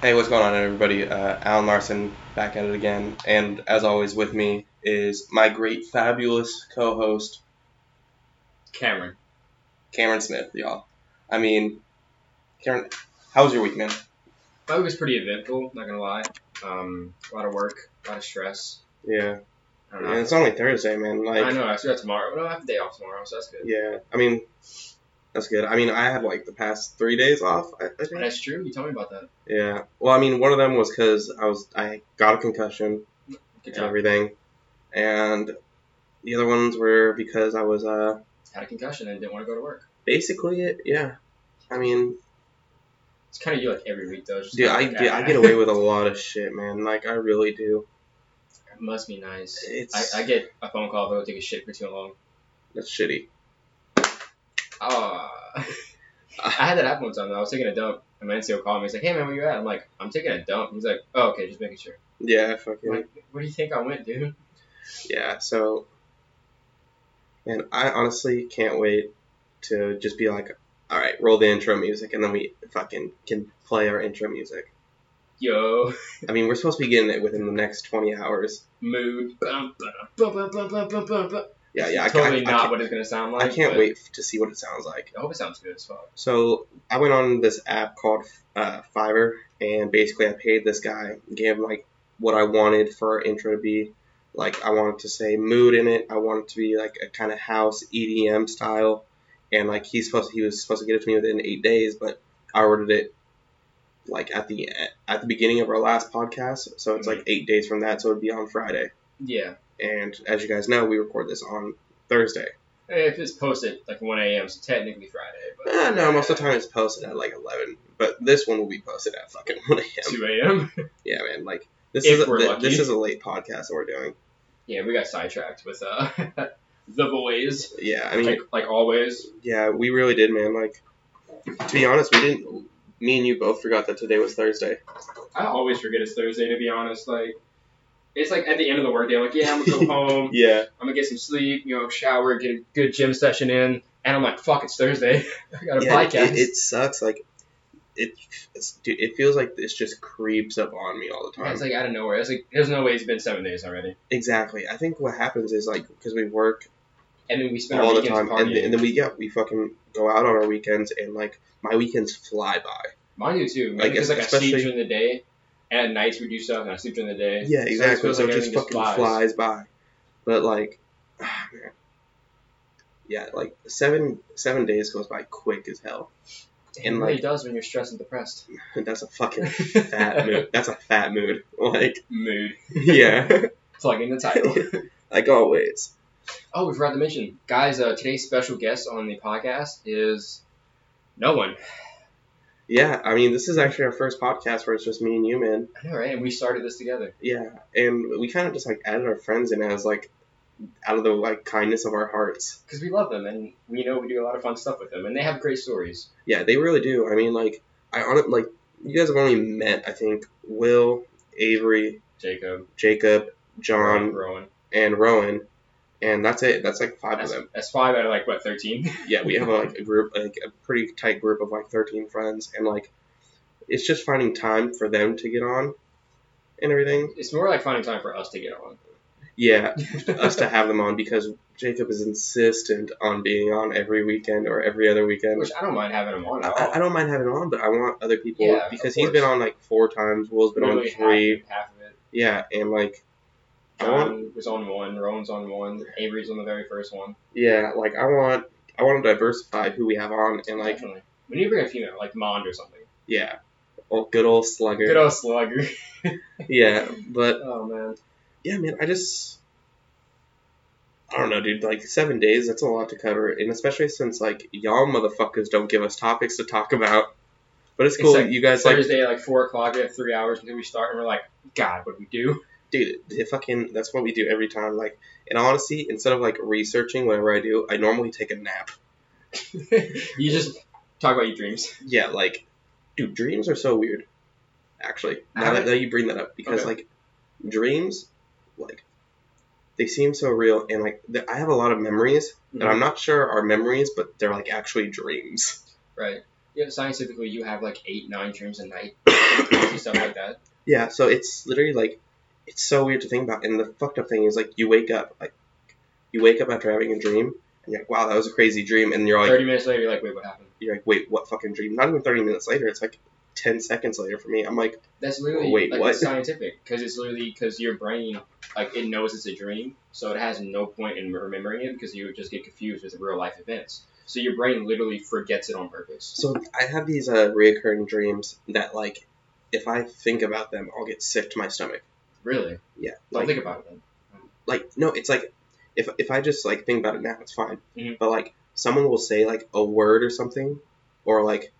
Hey, what's going on, everybody? Uh, Alan Larson back at it again, and as always, with me is my great, fabulous co-host Cameron. Cameron Smith, y'all. I mean, Cameron, how was your week, man? My week was pretty eventful, not gonna lie. Um, a lot of work, a lot of stress. Yeah, I don't know. and it's only Thursday, man. Like, I know. I still got tomorrow. No, I have a day off tomorrow, so that's good. yeah, I mean, that's good. I mean, I had like the past three days off. I, I think. That's true. You tell me about that. Yeah. Well, I mean, one of them was because I was I got a concussion. Good and job. everything. And the other ones were because I was uh Had a concussion and didn't want to go to work. basically it yeah. I mean, It's kind of you like every week though. Just dude, kinda I like dude, that. I get away with a lot of shit, man. Like I really do. It must be nice. It's I, I get a phone call if I take a shit for too long. that's shitty. Ah. I had that happen one time. Though. I was taking a dump, and my NCO called me. He's like, "Hey man, where you at?" I'm like, "I'm taking a dump." He's like, "Oh, okay, just making sure." Yeah, I'm fucking like, "Where do you think I went, dude?" yeah. So, and I honestly can't wait to just be like, all right, roll the intro music, and then we fucking can play our intro music. Yo, I mean, we're supposed to be getting it within the next twenty hours. mood. Bum, ba-dum, bum, bum, bum, bum, bum, bum. Yeah, yeah. I, ca- totally I, not I, what it's gonna sound ca- like. I can't but wait to see what it sounds like. I hope it sounds good as fuck. So I went on this app called uh, Fiverr, and basically I paid this guy, gave him like what I wanted for our intro to be. Like I wanted to say mood in it. I wanted to be like a kind of house EDM style, and like he's supposed he was supposed to get it to me within eight days, but I ordered it like at the at the beginning of our last podcast, so it's like eight days from that, so it'd be on Friday. Yeah. And as you guys know, we record this on Thursday. Eh, If it's posted like 1 a.m., so technically Friday, but Uh, no, most of the time it's posted at like 11, but this one will be posted at fucking 1 a.m. 2 a.m. Yeah, man, like this If is a, we're thi- lucky. this is a late podcast that we're doing. yeah, we got sidetracked with uh the boys, Yeah, I mean, like like always. yeah, we really did, man. Like to be honest, we didn't. Me and you both forgot that today was Thursday. I always forget it's Thursday to be honest. Like it's like at the end of the workday, I'm like, yeah, I'm gonna go home, Yeah, I'm gonna get some sleep, you know, shower, get a good gym session in, and I'm like, fuck, it's Thursday. I got a yeah it, podcast. it, it sucks. Like it, it's, dude, it feels like this just creeps up on me all the Yeah, time. it's like out of nowhere. It's like there's no way it's been seven days already, exactly. I think what happens is like because we work and then we spend our all the weekends time, and, partying. and then we yeah we fucking go out on our weekends, and like my weekends fly by. Mine do too. Like, Like, because like I especially- sleep during the day, and at nights we do stuff, and I sleep during the day. Yeah, So it exactly. feels So, like it just everything fucking flies. by. But like, ah, man. Yeah, like seven seven days goes by quick as hell. It and, really like- does when you're stressed and depressed. That's a fucking fat mood. That's a fat mood. Like, Mood. yeah, Plug in the title. like always. oh, we forgot to mention, guys. Uh, today's special guest on the podcast is no one. Yeah, I mean, this is actually our first podcast where it's just me and you, man. I know, right? And we started this together. Yeah, and we kind of just like added our friends in as like out of the like kindness of our hearts. Because we love them, and we know we do a lot of fun stuff with them, and they have great stories. Yeah, they really do. I mean, like, I honestly like you guys have only met I think Will, Avery, Jacob, Jacob, Ron, John, Rowan. and Rowan, and that's it. That's like five of That's, them. that's five out of like what thirteen. Yeah, we have like a group, like a pretty tight group of like thirteen friends, and like it's just finding time for them to get on and everything. it's more like finding time for us to get on. Yeah, us to have them on because Jacob is insistent on being on every weekend or every other weekend. Which I don't mind having them on at all. I, I don't mind having him on, but I want other people Yeah, of because he's been course. on like four times. Will's been Literally on three. half, half of it. Yeah, and like I want John was on one, Rowan's on one, Avery's on the very first one. yeah, like I want I want to diversify who we have on and like Definitely. We need to bring a female, like Mond or something. yeah, oh, good old slugger. Good old slugger. yeah, but Oh man. yeah, man, I just I don't know, dude. Like seven days, that's a lot to cover, and especially since like y'all motherfuckers don't give us topics to talk about. But it's cool, Except you guys like, Thursday at like four o'clock, we have three hours until we start and we're like, God, what do we do? dude, the fucking that's what we do every time. Like, in all honesty, instead of like researching whatever I do, I normally take a nap. you just talk about your dreams. yeah, like, dude, dreams are so weird. Actually, now How- that, now you bring that up, because Okay. like, dreams, like, they seem so real, and like, th- I have a lot of memories Mm-hmm. that I'm not sure are memories, but they're like actually dreams. Right. Yeah, scientifically you have like eight, nine dreams a night. crazy stuff like that. Yeah, so it's literally like it's so weird to think about. And the fucked up thing is like you wake up like you wake up after having a dream and you're like, wow, that was a crazy dream, and you're like Thirty minutes later, you're like, wait, what happened? you're like, wait, what fucking dream? Not even thirty minutes later, it's like ten seconds later for me. I'm like, That's literally Wait, like what? It's scientific because it's literally because your brain like it knows it's a dream, so it has no point in remembering it because you would just get confused with real life events. So your brain literally forgets it on purpose. so I have these uh reoccurring dreams that like if I think about them, I'll get sick to my stomach. Really? Yeah, Don't like think about it. Then. like no, it's like if if I just like think about it now, it's fine. Mhm. But like someone will say like a word or something, or like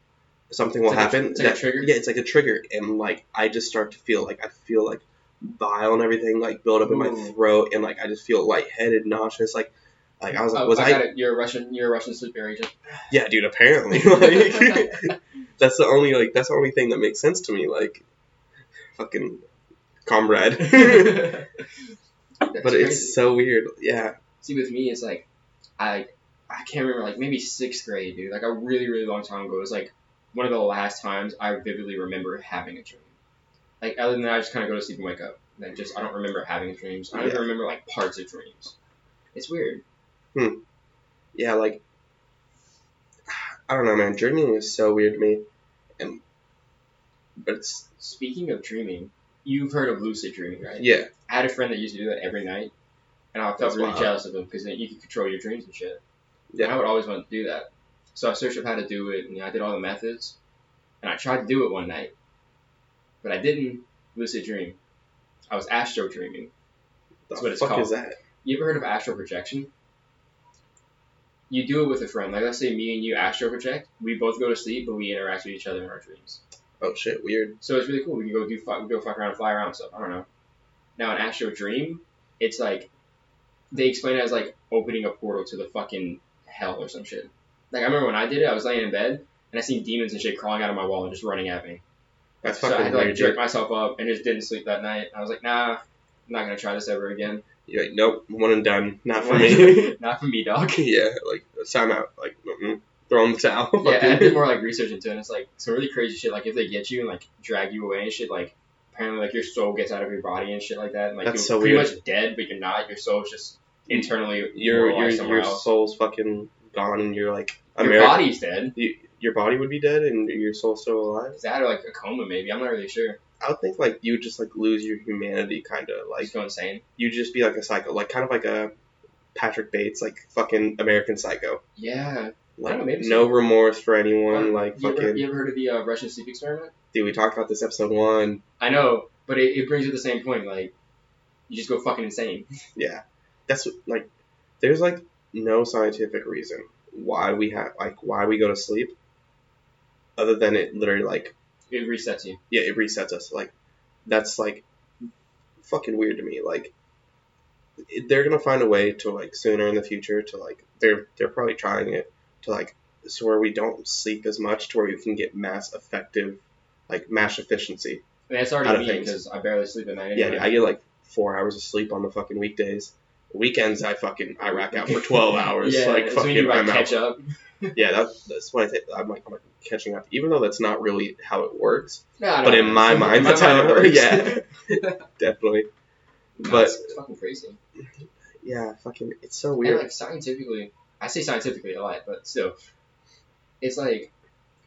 something will It's like a- happen. it's like a that- trigger? Yeah, it's like a trigger, and like I just start to feel like I feel like bile and everything like build up in my Ooh. throat, and like I just feel lightheaded, nauseous, like. Like I was like, Oh, was I I? got it. You're a Russian. You're a Russian sleeper agent. Yeah, dude. Apparently, like, that's the only like that's the only thing that makes sense to me. Like, fucking comrade. but but it's so weird. Yeah, see with me, it's like I I can't remember like maybe sixth grade, dude. Like a really really long time ago. It was like one of the last times I vividly remember having a dream. Like other than that, I just kind of go to sleep and wake up. Like just I don't remember having dreams. I don't even Yeah. remember like parts of dreams. It's weird. yeah, like I don't know, man. Dreaming is so weird to me, and but it's Speaking of dreaming, you've heard of lucid dreaming, right? yeah, I had a friend that used to do that every night, and I felt That's really wild. jealous of him because then you could control your dreams and shit. Yeah. And I would always want to do that. So I searched up how to do it, and I did all the methods, and I tried to do it one night, but I didn't lucid dream. I was astro dreaming. the That's what it's fuck called. is that? You ever heard of astral projection? You do it with a friend. Like let's say me and you astral project. We both go to sleep, but we interact with each other in our dreams. Oh shit, weird. So it's really cool. We can go do fu- we go fuck around, and fly around, and stuff. I don't know. Now in Astro Dream, it's like they explain it as like opening a portal to the fucking hell or some shit. Like I remember when I did it, I was laying in bed and I seen demons and shit crawling out of my wall and just running at me. That's So I fucking had to like weird. jerk dude. myself up and just didn't sleep that night. I was like, nah, I'm not gonna try this ever again. You're like, nope, one and done. Not for me. not for me, dog. yeah, like time out. Like mm-mm, throw in the towel. Yeah, and I did Fucking- more like research into it. And it's like some really crazy shit. Like if they get you and like drag you away and shit, like apparently like your soul gets out of your body and shit like that. And, like That's you're so pretty weird. much dead, but you're not. Your soul's just internally your your immortalized somewhere your else. soul's fucking gone, and you're like Your American. body's dead. Your body would be dead, and your soul's still alive. Is that or like a coma? Maybe I'm not really sure. I would think like you would just like lose your humanity, kind of like Like go insane. you'd just be like a psycho, like kind of like a Patrick Bates, like fucking American Psycho, Yeah. like know, maybe no so. remorse for anyone, Um, like You fucking. ever, you ever heard of the uh, Russian sleep experiment? Dude, we talked about this episode one. I know, but it, it brings you to the same point. Like you just go fucking insane. Yeah, that's what- like there's like no scientific reason why we have like why we go to sleep, other than it literally like It resets you. yeah it resets us like that's like fucking weird to me like it- they're gonna find a way to like sooner in the future to like they're they're probably trying it to like so where we don't sleep as much to where we can get mass effective like mass efficiency I mean, it's Out of already me things. because I barely sleep at night. yeah anyway. i get like four hours of sleep on the fucking weekdays weekends i fucking i rack out for 12 hours yeah, like it's when fucking you, like, i'm out catch up. yeah that's that's what i think i'm like, I'm like catching up even though that's not really how it works No, I But don't in know. my mind, that's how it works. Yeah. definitely No, But- it's, it's fucking crazy. yeah fucking it's so And weird like scientifically, I say scientifically a lot, but still, it's like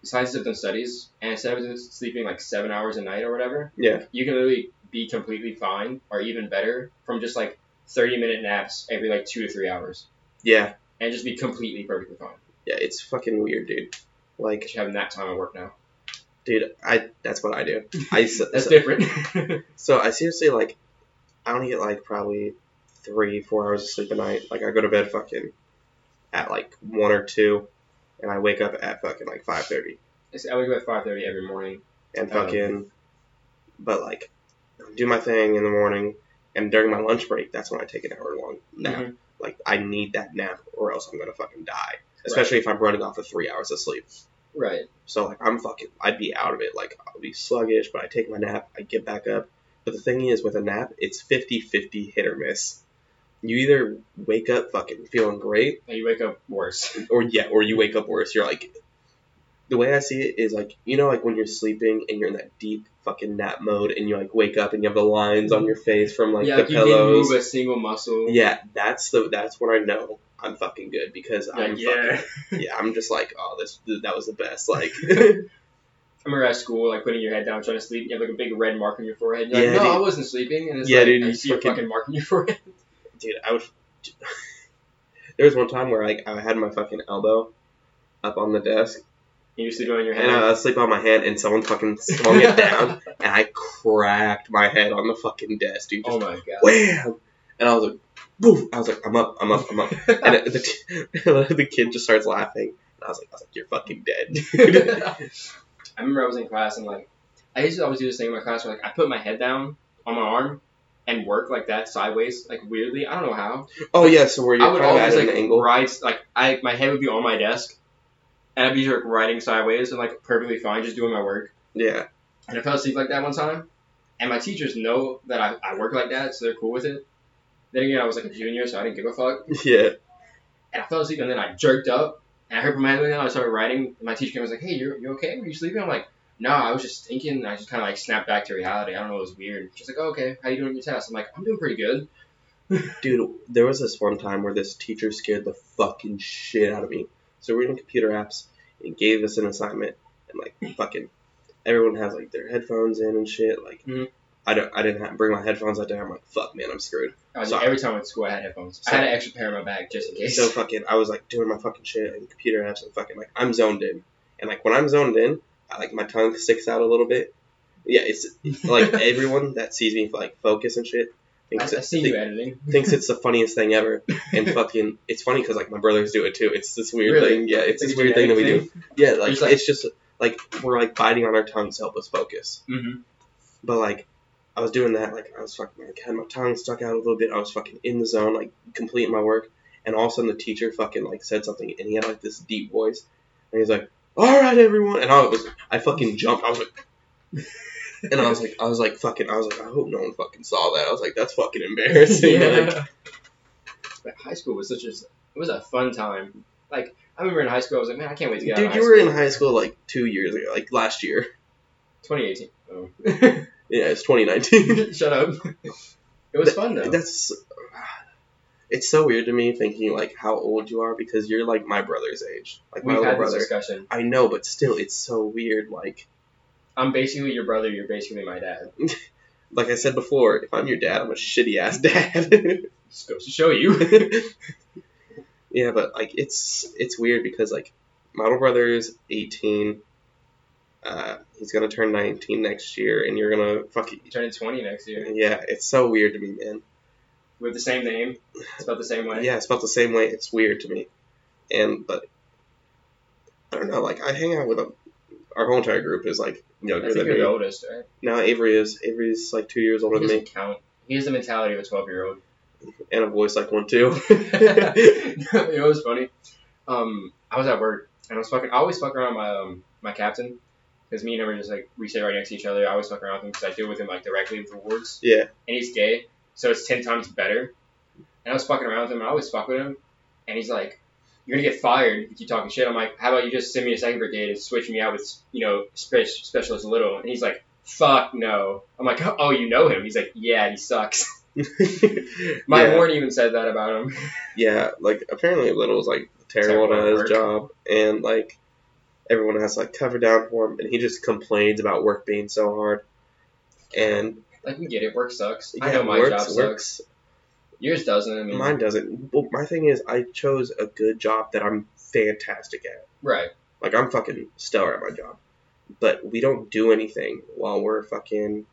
scientists have done studies, and instead of just sleeping like seven hours a night or whatever, Yeah. you can literally be completely fine or even better from just like thirty minute naps every like two to three hours, Yeah, and just be completely perfectly fine. yeah, it's fucking weird, dude. I Like, should have nap time at work now. dude, I that's what I do. I s- That's so, different. so I seriously like, I only get like probably three, four hours of sleep a night. Like I go to bed fucking at like one or two, and I wake up at fucking like five thirty, I wake up at five thirty every morning. and Um. fucking, but like, do my thing in the morning, and during my lunch break, that's when I take an hour long nap. Mhm. Like I need that nap, or else I'm gonna fucking die. Especially if I'm running off of three hours of sleep. Right. So like I'm fucking I'd be out of it. Like I'll be sluggish, but I take my nap, I get back up. But the thing is with a nap, it's 50-50 hit or miss. You either wake up fucking feeling great And you wake up worse. or yeah, or you wake up worse. You're like the way I see it is like you know like when you're sleeping and you're in that deep fucking nap mode and you like wake up and you have the lines on your face from like yeah, the like you didn't pillows. move a single muscle. Yeah, that's the that's when I know I'm fucking good because Like, I'm yeah. fucking yeah. I'm just like oh this that was the best like I remember at school, like putting your head down, trying to sleep. You have like a big red mark on your forehead. and You're Yeah, like, no, dude. I wasn't sleeping. And it's Yeah, like, dude, I you see your fucking- fucking mark on your forehead. dude I was there was one time where like I had my fucking elbow up on the desk And you're sleeping on your and I head. was asleep on my hand and someone fucking swung it down and I cracked my head on the fucking desk dude oh just my god. wham and I was like boof I was like I'm up I'm up I'm up and it, the, t- the kid just starts laughing and I was like I was like you're fucking dead I remember I was in class and like I used to always do this thing in my class where like I put my head down on my arm and work like that sideways, like weirdly. I don't know how. oh yeah so where I you're would kind of always at like an angle ride like I my head would be on my desk and I'd be like riding sideways and like perfectly fine, just doing my work. yeah And I fell asleep like that one time. And my teachers know that I, I work like that, so they're cool with it. Then again, I was like a junior, so I didn't give a fuck. yeah And I fell asleep, and then I jerked up, and I hurt my head, and I started writing. And my teacher came and was like, "Hey, you're you okay? Were you sleeping?" I'm like, "No, I was just thinking." And I just kind of like snapped back to reality. I don't know, it was weird. She's like, oh, "Okay, how you doing on your test?" I'm like, "I'm doing pretty good." Dude, there was this one time where this teacher scared the fucking shit out of me. So we're in computer apps and gave us an assignment and like fucking everyone has like their headphones in and shit. Like Mhm. I don't I didn't have, bring my headphones out there. I'm like fuck man, I'm screwed. I was So- like, every time I went to school, I had headphones. I had an extra pair in my bag just in case. So fucking I was like doing my fucking shit in computer apps and fucking like I'm zoned in. And like when I'm zoned in, I like my tongue sticks out a little bit. Yeah, it's like everyone that sees me like focus and shit I, I thinks, it, see you editing. thinks it's the funniest thing ever. and fucking it's funny because like my brothers do it too it's this weird Really? thing yeah it's Like this a weird thing that we do genetic yeah like it's, It's like- just like we're like biting on our tongues to help us focus Mhm. but like i was doing that like i was fucking like had my tongue stuck out a little bit i was fucking in the zone like completing my work and all of a sudden the teacher fucking like said something and he had like this deep voice and he's like all right everyone and i was i fucking jumped i was like and I was like, I was like, fucking, I was like, I hope no one fucking saw that. I was like, that's fucking embarrassing. Like, yeah. But high school was such a it was a fun time. Like I remember in high school, I was like, man, I can't wait to get Dude, out. you of were in high school like two years ago, like last year. 2018. Oh. Yeah, it's 2019. Shut up. It was fun though. That's. It's so weird to me thinking like how old you are because you're like my brother's age, like my We've little had this brother. discussion. I know, but still, it's so weird. Like, I'm basically your brother. You're basically my dad. like I said before, if I'm your dad, I'm a shitty ass dad. Just goes to show you. yeah, but like it's it's weird because like my little brother is 18. Uh, he's gonna turn 19 next year, and you're gonna fucking You're turning 20 next year. yeah. It's so weird to me, man. We have the same name. It's about the same way. Yeah, it's felt the same way. It's weird to me. And but I don't know. Like I hang out with a, our whole entire group is like I younger think than you're me. the oldest, right? Now Avery is Avery's like two years older He than me, doesn't count. He has the mentality of a 12 year old. and a voice like one too. it was funny. Um, I was at work and I was fucking. I always fuck around with my um my captain because me and him are just like we sit right next to each other. I always fuck around with him because I deal with him like directly with awards. Yeah. and he's gay, so it's ten times better. And I was fucking around with him, and I always fuck with him, and he's like, "You're gonna get fired if you keep talking shit." I'm like, "How about you just send me to second brigade and switch me out with you know spe- specialist little?" And he's like, "Fuck no." I'm like, "Oh, you know him?" He's like, "Yeah, he sucks." My yeah, warden even said that about him. yeah, like apparently Little is like terrible Terrible at at his work. job, and like everyone has like cover down for him, and he just complains about work being so hard. And like, we get it. Work sucks. yeah, I know my works, job sucks. works Yours doesn't. I mean, Mine doesn't. Well, my thing is, I chose a good job that I'm fantastic at. right? Like, I'm fucking stellar at my job. But we don't do anything while we're fucking,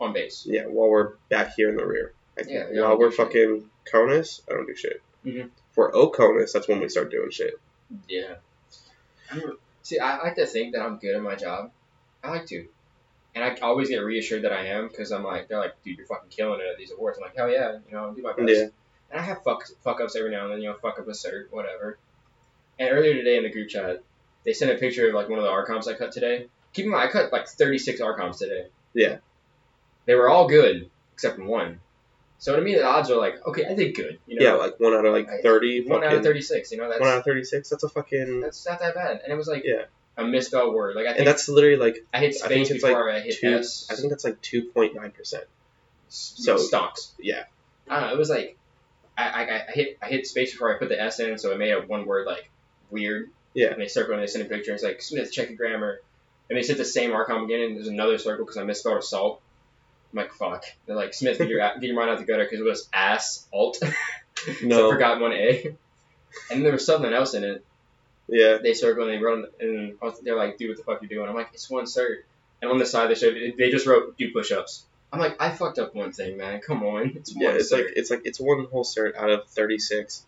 On base. yeah, while we're back here in the rear. Like, Yeah, yeah, I while don't we're do shit. fucking Conus, I don't do shit. Mhm. For Oconus, that's when we start doing shit. Yeah. I'm- See, I like to think that I'm good at my job. I like to, and I always get reassured that I am because I'm like, they're like, dude, you're fucking killing it at these awards. I'm like, hell yeah, you know, I'll do my best. Yeah. And I have fuck fuck ups every now and then, you know, fuck up a cert, whatever. And earlier today in the group chat, they sent a picture of like one of the arcoms I cut today. Keep in mind, I cut like 36 arcoms today. Yeah. They were all good except for one. So to me, the odds are like, okay, I did good. You know, yeah, like one out of like I- 30. one fucking, out of 36. You know, that's One out of 36. That's a fucking. that's not that bad. And it was like, Yeah. a misspelled word. Like I and think that's literally like I hit I think space it's like before I hit two. S. I think that's like two point nine percent. so stocks. Yeah. I don't know. It was like I, I, I hit I hit space before I put the S in, so I made a one word like weird. Yeah. And they circled and they sent a picture. And it's like Smith, check your grammar. And they sent the same arcom again, and there's another circle because I misspelled assault. I'm like fuck. They're like Smith, get your get your mind out the gutter because it was ass alt. so I No. forgot one A. And there was something else in it. Yeah. They circled and they wrote, and I was- they're like, "Dude, what the fuck you doing?" I'm like, "It's one cert." And on the side, they showed they just wrote, "Do push-ups." I'm like, "I fucked up one thing, man. Come on, it's Yeah. one It's cert." like it's like it's one whole cert out of thirty six.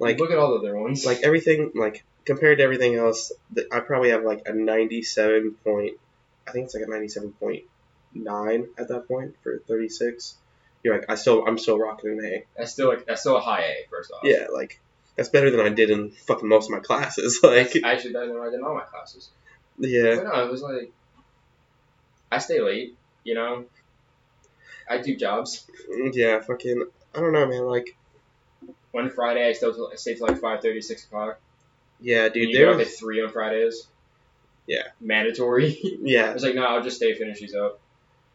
Like look at all the other ones. like everything like compared to everything else, th- I probably have like a ninety seven point. I think it's like a ninety seven point nine at that point for thirty six. You're like I still I'm still rocking an A. that's still like that's still a high A. First off, Yeah. Like that's better than I did in fucking most of my classes. Like That's actually better than what I did in all my classes. yeah. But no, it was like I stay late. You know, I do jobs. Yeah. Fucking. I don't know, man. Like. One Friday, I still till- I stay till like five thirty, six o'clock. Yeah, And dude. you There get off at was, three on Fridays. Yeah. mandatory. I yeah, was like, no, I'll just stay finish these up.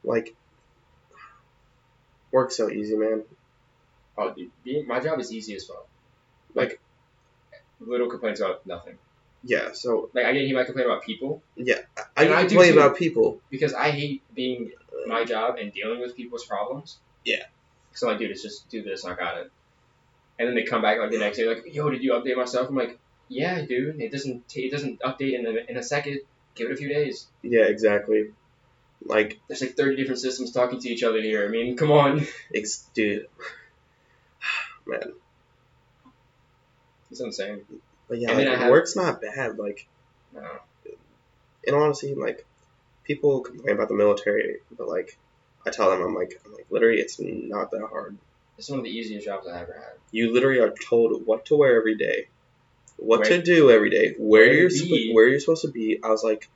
like work's so easy, man. Oh, dude, being, my job is easy as fuck. Like- little complaints about nothing. Yeah, so Like I get him, I complain about people I And can I do complain too. about people. because I hate being my job and dealing with people's problems. Yeah. So I'm like, dude, it's just do this. I got it. And then they come back like the next day, like, yo, did you update myself? I'm like, yeah, dude. It doesn't. T- it doesn't update in a, in a second. Give it a few days. Yeah, exactly. Like, There's like 30 different systems talking to each other here. I mean, come on. ex- dude. It's insane. But yeah, And then like, I have- work's not bad. Like, No. and honestly, like people complain about the military, but like I tell them, I'm like, I'm like, literally, it's not that hard. It's one of the easiest jobs I ever had. You literally are told what to wear every day, what Where- to do every day, where, where to you're sp- be. where you're supposed to be. I was like,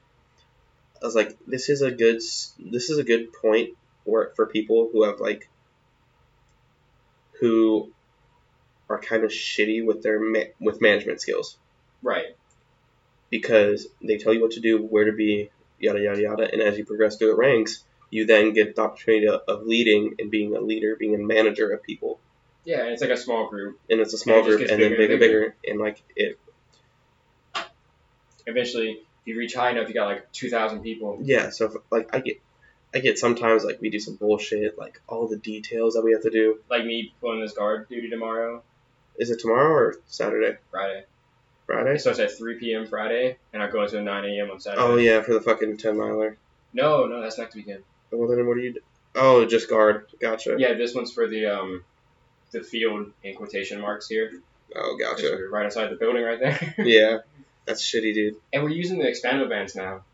I was like, this is a good s- this is a good point where for people who have like who are kind of shitty with their ma- with management skills Right. because they tell you what to do, where to be, yada yada yada, and as you progress through the ranks, you then get the opportunity of, of leading and being a leader, being a manager of people Yeah, and it's like a small group. and it's a small And it just group, gets and then bigger bigger, and bigger, and like it, Eventually, if you reach high enough, you got like 2,000 people. yeah. So if, like I get, I get sometimes like we do some bullshit, like all the details that we have to do. Like me pulling this guard duty tomorrow, Is it tomorrow or Saturday, Friday. It Friday? starts at 3 p.m. Friday, and I go until 9 a.m. on Saturday. Oh yeah, for the fucking ten miler. No, no, that's next weekend. Well then, what do you? Do? Oh, just guard. Gotcha. Yeah, this one's for the um, the field in quotation marks here. Oh, Just gotcha. Right outside the building, right there. yeah, that's shitty, dude. and we're using the expando vans now,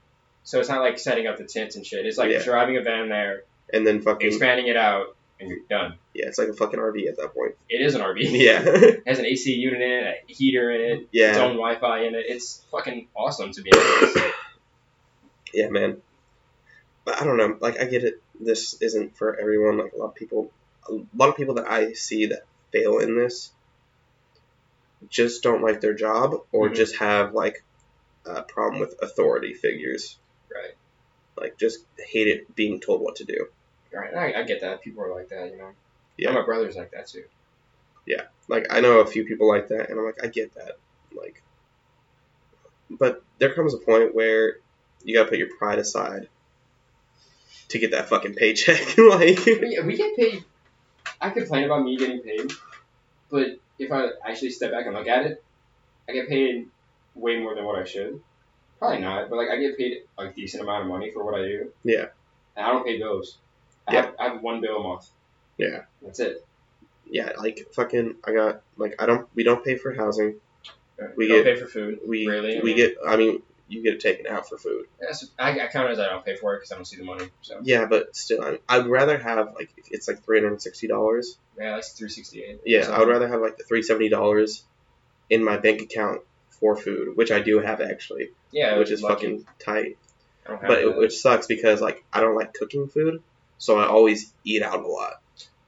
so it's not like setting up the tents and shit. It's like Yeah. driving a van there, And then fucking expanding it out, and you're done. yeah, it's like a fucking RV at that point. It is an RV. Yeah, It has an AC unit in it, a heater in it, its yeah, own Wi-Fi in it. It's fucking awesome to be honest. yeah, man. But I don't know. Like I get it. This isn't for everyone. Like a lot of people, a lot of people that I see that fail in this just don't like their job or Mhm. just have like a problem with authority figures. Right. Like just hate it being told what to do. right? I, I get that. People are like that, you know. Yeah. And my brother's like that too. Like I know a few people like that, and I'm like, I get that. Like, but there comes a point where you gotta put your pride aside to get that fucking paycheck. like, We, we get paid. I complain about me getting paid, but if I actually step back and look at it, I get paid way more than what I should. Probably not, but like I get paid a decent amount of money for what I do. Yeah. And I don't pay bills. I, Yeah. have, I have one bill a month. Yeah. That's it. yeah, like fucking, I got like I don't we don't pay for housing. We don't get- pay for food. We Really? I we mean- get I mean you get it taken out for food. That's, I, I count it as I don't pay for it because I don't see the money. So Yeah, but still, I I'd rather have like it's like three hundred and sixty dollars. yeah, that's three sixty eight. Yeah, I would rather have like the three seventy dollars in my bank account for food, which I do have actually, Yeah, which is lucky. fucking tight. I don't have but that. it, which sucks because like I don't like cooking food, so I always eat out a lot.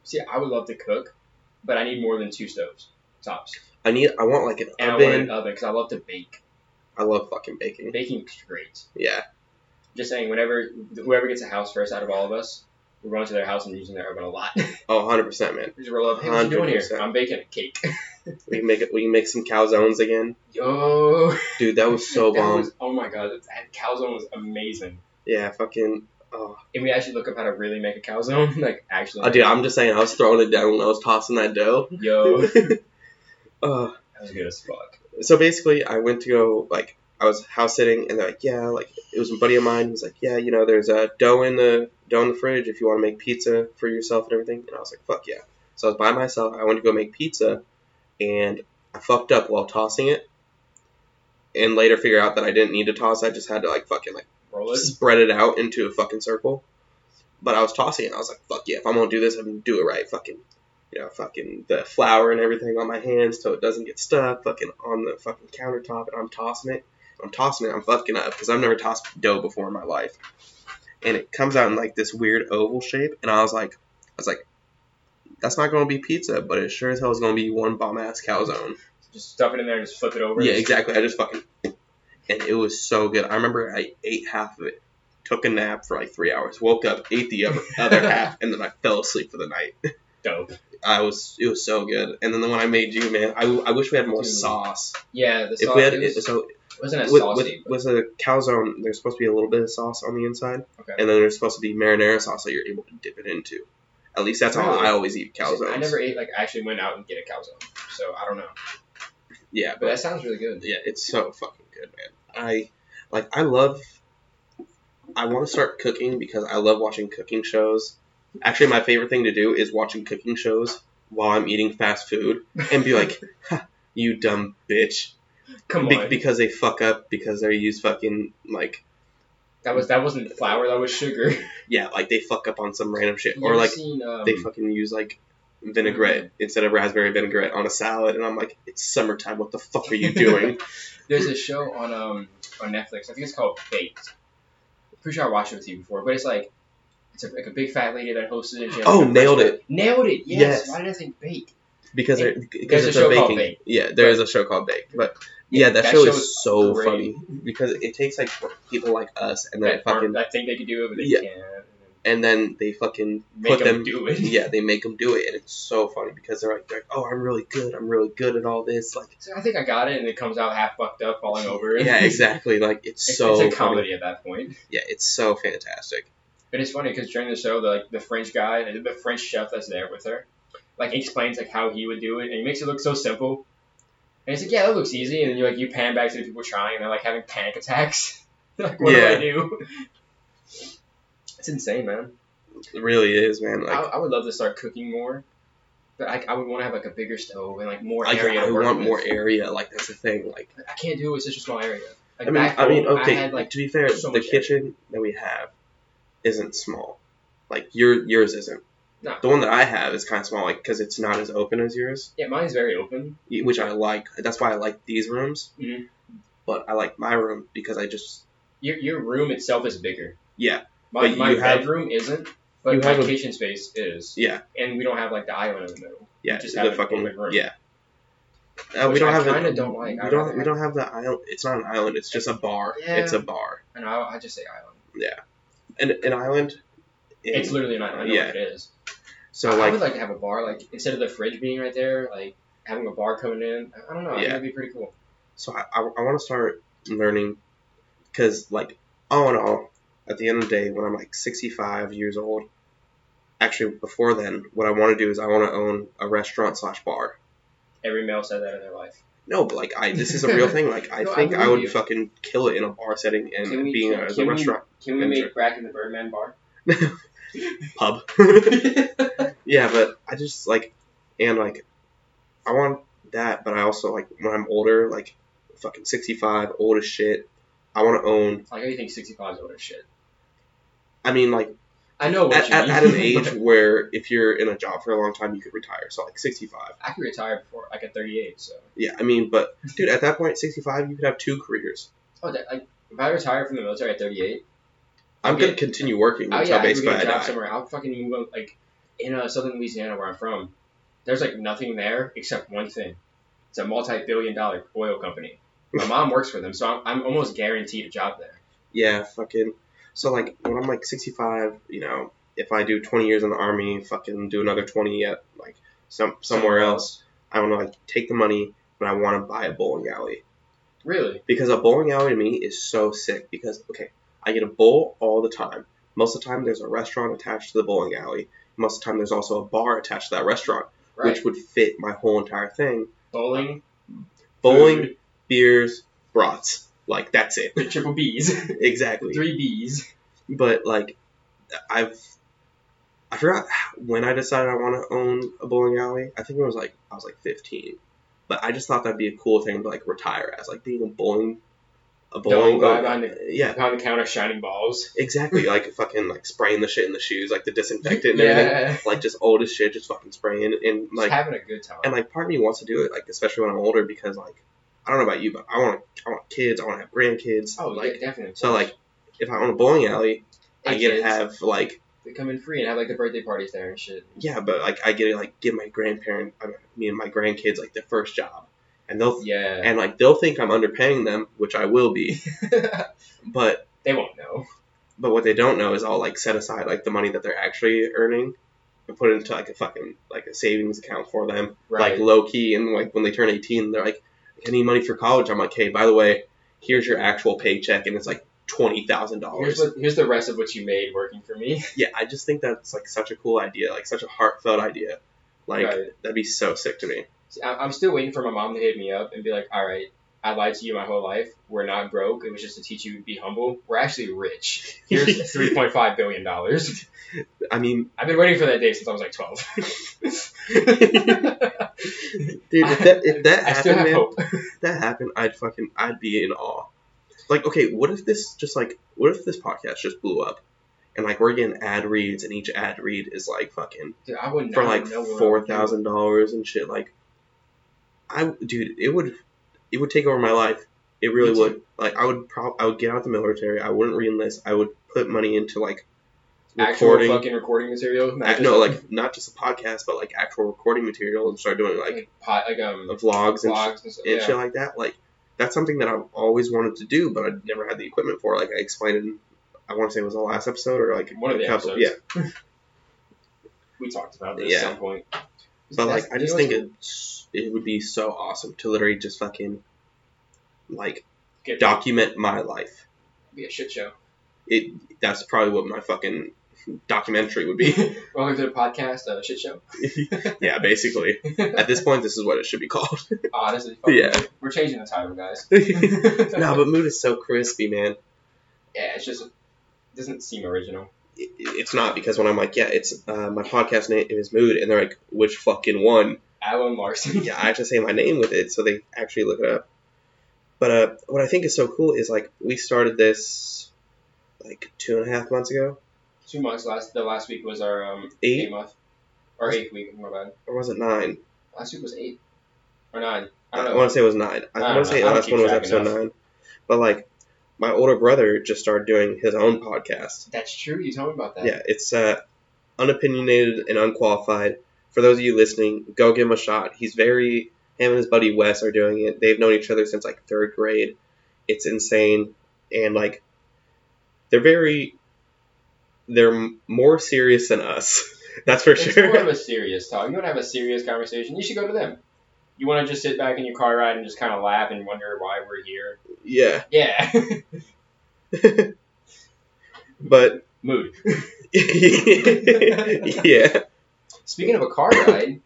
See, I would love to cook, but I need more than two stoves tops, I need I want like an and I want oven. an oven because I love to bake. I love fucking baking. Baking's great. Yeah. Just saying, whenever whoever gets a house first out of all of us, we're going to their house and using their oven a lot. Oh, 100%, man. We Just roll up. Hey, what you doing here? 100%. I'm baking a cake. We can make it, we can make some calzones again. Yo. Dude, that was so That bomb. was- oh my god, that calzone was amazing. yeah, fucking oh. And we actually look up how to really make a calzone. Like actually. oh dude, I'm just saying I was throwing it down when I was tossing that dough. Yo, that uh, was good as fuck. so basically I went to go like I was house sitting and they're like, Yeah, like it was a buddy of mine who's like, Yeah, you know, there's a dough in the dough in the fridge if you want to make pizza for yourself and everything and I was like, Fuck yeah. So I was by myself, I went to go make pizza and I fucked up while tossing it and later figure out that I didn't need to toss, I just had to like fucking like Roll it. spread it out into a fucking circle. But I was tossing it. I was like, fuck yeah, if I'm gonna do this, I'm gonna do it right. Fucking, you know, fucking the flour and everything on my hands so it doesn't get stuck. Fucking on the fucking countertop, and I'm tossing it. I'm tossing it. I'm fucking up because I've never tossed dough before in my life. And it comes out in like this weird oval shape, and I was like, I was like, that's not gonna be pizza, but it sure as hell is gonna be one bomb ass calzone. Just stuff it in there and just flip it over. Yeah, exactly. I just fucking and it was so good. I remember I ate half of it, took a nap for like three hours, woke up, ate the other, other half, and then I fell asleep for the night. Dope. I was it was so good. And then the one I made you, man, I, I wish we had more Dude, sauce. Yeah, the sauce. If we had it was, it, so wasn't as with, with, saucy. but with a calzone, there's supposed to be a little bit of sauce on the inside, Okay. and then there's supposed to be marinara sauce that you're able to dip it into. At least that's how Really? I always eat calzones. I never ate like I actually went out and get a calzone, so I don't know. yeah, But that sounds really good. Yeah, it's so fucking good, man. I like I love I want to start cooking because I love watching cooking shows. Actually, my favorite thing to do is watching cooking shows while I'm eating fast food and be like, ha, "You dumb bitch," come Be- on, because they fuck up because they use fucking like that was that wasn't flour, that was sugar. yeah, like they fuck up on some random shit You or ever like seen, um, they fucking use like vinaigrette Mm. instead of raspberry vinaigrette on a salad and I'm like, "It's summertime. What the fuck are you doing?" There's a show on um on Netflix. I think it's called Baked. Pretty sure I watched it with you before, but it's like it's a, like a big fat lady that hosts it. and she has, Oh, like, a nailed restaurant. Nailed it. Yes. Yes. Why did I think Baked? because Hey, they're, because there's a it's show a called baking. Bake. Yeah, there is a show called Bake, but yeah, that, That show, show is is so great. funny because it takes like people like us and then That aren't- fucking I think they could do it, but they Yeah. can't. and and then they fucking Make put them them. do it. yeah, they make them do it, and it's so funny because they're like, they're like, oh, I'm really good, I'm really good at all this, like, So I think I got it, and it comes out half fucked up, falling over. yeah, exactly, like it's, It's, so it's a funny. comedy at that point. Yeah, it's so fantastic. But it's funny because during the show, the, like the French guy, the French chef that's there with her, like explains like how he would do it, and he makes it look so simple. And he's like, "Yeah, that looks easy." And then you like you pan back to the people trying, and they're like having panic attacks. They're like, "What Yeah. do I do?" It's insane, man. It really is, man. I, Like, I would love to start cooking more, but I, I would want to have like a bigger stove and like more I, area I to work want with. more area. Like that's the thing. Like, I can't do it with such a small area. Like I mean, back I mean, home, okay. I had like to be fair, so the much area. kitchen that we have isn't small. Like your yours isn't. No. The one that I have is kind of small, like because it's not as open as yours, yeah, mine's very open. y- which I like. That's why I like these rooms. Mhm. But I like my room because I just Your your room itself is bigger. yeah My, But my you have- bedroom isn't, You but my have a- kitchen space is. yeah And we don't have like the island in the middle. yeah You just the have an fucking open room. yeah. Uh, we Which don't I have kinda a, don't like. We I'd rather don't we have- don't have the island. It's not an island. It's just a bar. Yeah. It's a bar. And I, I just say island. And an island. in- It's literally an island. I know yeah. what it is. so I like would like to have a bar. Like instead of the fridge being right there, like having a bar coming in. I- I don't know. I think Yeah. that'd be pretty cool. so I, I, want to start learning because like all in all at the end of the day when i'm like 65 years old actually before then what i want to do is i want to own a restaurant slash bar Every male said that in their life. no but like i this is a real thing like i No, I think i, believe would you. fucking kill it in a bar setting and Can we- being can- a, as can a we- restaurant Can we I'm make sure. Brack and the Birdman bar? pub yeah but i just like and like i want that but i also like when i'm older like fucking 65 old as shit i want to own like how you think 65 is older shit. i mean like I know what at, you at, mean. at an age where if you're in a job for a long time you could retire so like 65 I could retire before like at 38. So. yeah i mean but dude at that point 65 you could have two careers Oh, that, like, if I retire from the military at 38, i'm Okay. gonna continue working Oh until yeah, I could basically get i a job die somewhere. I'll fucking move up, like in uh, southern Louisiana where I'm from. There's like nothing there except one thing. It's a multi-billion dollar oil company. My mom works for them, so I'm, I'm almost guaranteed a job there. Yeah, fucking. So like when I'm like 65, you know, if I do 20 years in the army, fucking do another 20 at like some somewhere else, I want to like take the money and I want to buy a bowling alley Really? because a bowling alley to me is so sick because okay, I get a bowl all the time. Most of the time, there's a restaurant attached to the bowling alley. Most of the time, there's also a bar attached to that restaurant, Right. which would fit my whole entire thing. Bowling, Bowling, Food. beers, brats, like that's it. the triple B's, Exactly. three B's. but like I've I forgot when I decided I want to own a bowling alley. I think it was like I was like 15, but I just thought that'd be a cool thing to like retire as, like being a bowling a bowling guy oh, behind the- yeah. Behind the counter, shining balls. Exactly, like fucking like spraying the shit in the shoes, like the disinfectant and yeah. everything, like just old as shit, just fucking spraying it, and Just like having a good time. and like part of me wants to do it, like especially when I'm older, because like I don't know about you, but I want I want kids, I want to have grandkids, oh, like like definitely. so like if I own a bowling alley, I Hey, get to kids, have like They come in free and have like the birthday parties there and shit. yeah, but like I get to like give my grandparent, I mean, me and my grandkids like their first job, and they'll Yeah. and like they'll think I'm underpaying them, which I will be. But they won't know. but what they don't know is I'll like set aside like the money that they're actually earning and put it into like a fucking like a savings account for them, Right. like low key. And like when they turn 18, they're like, I need money for college. I'm like, hey, by the way, here's your actual paycheck, and it's like twenty thousand here's, dollars. what, here's the rest of what you made working for me. Yeah, I just think that's like such a cool idea, like such a heartfelt idea. Like Right. that'd be so sick to me. See, I- I'm still waiting for my mom to hit me up and be like, all right, I lied to you my whole life. We're not broke. It was just to teach you to be humble. We're actually rich. Here's $3.5 billion. I've I mean, been waiting for that day since I was like 12. Dude, if that if that I still happened, have man, hope. if that happened, I'd fucking I'd be in awe. Like, okay, what if this just like what if this podcast just blew up, and like we're getting ad reads, and each ad read is like fucking Dude, I would not for like know what I would four do. thousand dollars and shit. Like, I dude, it would it would take over my life. It really Me too. would. Like, I would prob I would get out the military. I wouldn't reenlist. I would put money into like Actual recording. fucking recording material. not ac- just, no, like not just a podcast, but like actual recording material, and start doing like pod, like um vlogs and shit vlogs and stuff. and Yeah. shit like that. Like that's something that I've always wanted to do, but I never had the equipment for. Like I explained, in, I want to say it was the last episode or like One of a the couple- episodes. Yeah, We talked about this Yeah. at some point. but That's- like I you just know think what's- it's it would be so awesome to literally just fucking like Get- document my life. be a shit show. It that's probably what my fucking documentary would be. Welcome to the podcast, uh, shit show. yeah, basically. At this point, this is what it should be called. Honestly, fuck it. Yeah. we're changing the title, guys. no, but mood is so crispy, man. yeah, it's just it doesn't seem original. it- it's not because when I'm like, yeah, it's uh, my podcast name is Mood, and they're like, which fucking one? Alan Larson. Yeah, I have to say my name with it, so they actually look it up. But uh, what I think is so cool is like we started this like two and a half months ago, Two months last. The last week was our um eight month or eighth week. My bad. or was it nine? Last week was eight or nine. I I, don't know. want to say it was nine. I, I don't want know. to say I the don't last keep one was track episode enough. nine. But like my older brother just started doing his own podcast. That's true. You told me about that. Yeah, it's uh, unopinionated and unqualified. For those of you listening, go give him a shot. He's very him and his buddy Wes are doing it. They've known each other since like third grade. It's insane, and like they're very they're m- more serious than us. That's for It's more of sure. a serious talk. You want to have a serious conversation, you should go to them. You want to just sit back in your car ride and just kind of laugh and wonder why we're here. yeah, Yeah. but Mood. yeah, Speaking of a car ride,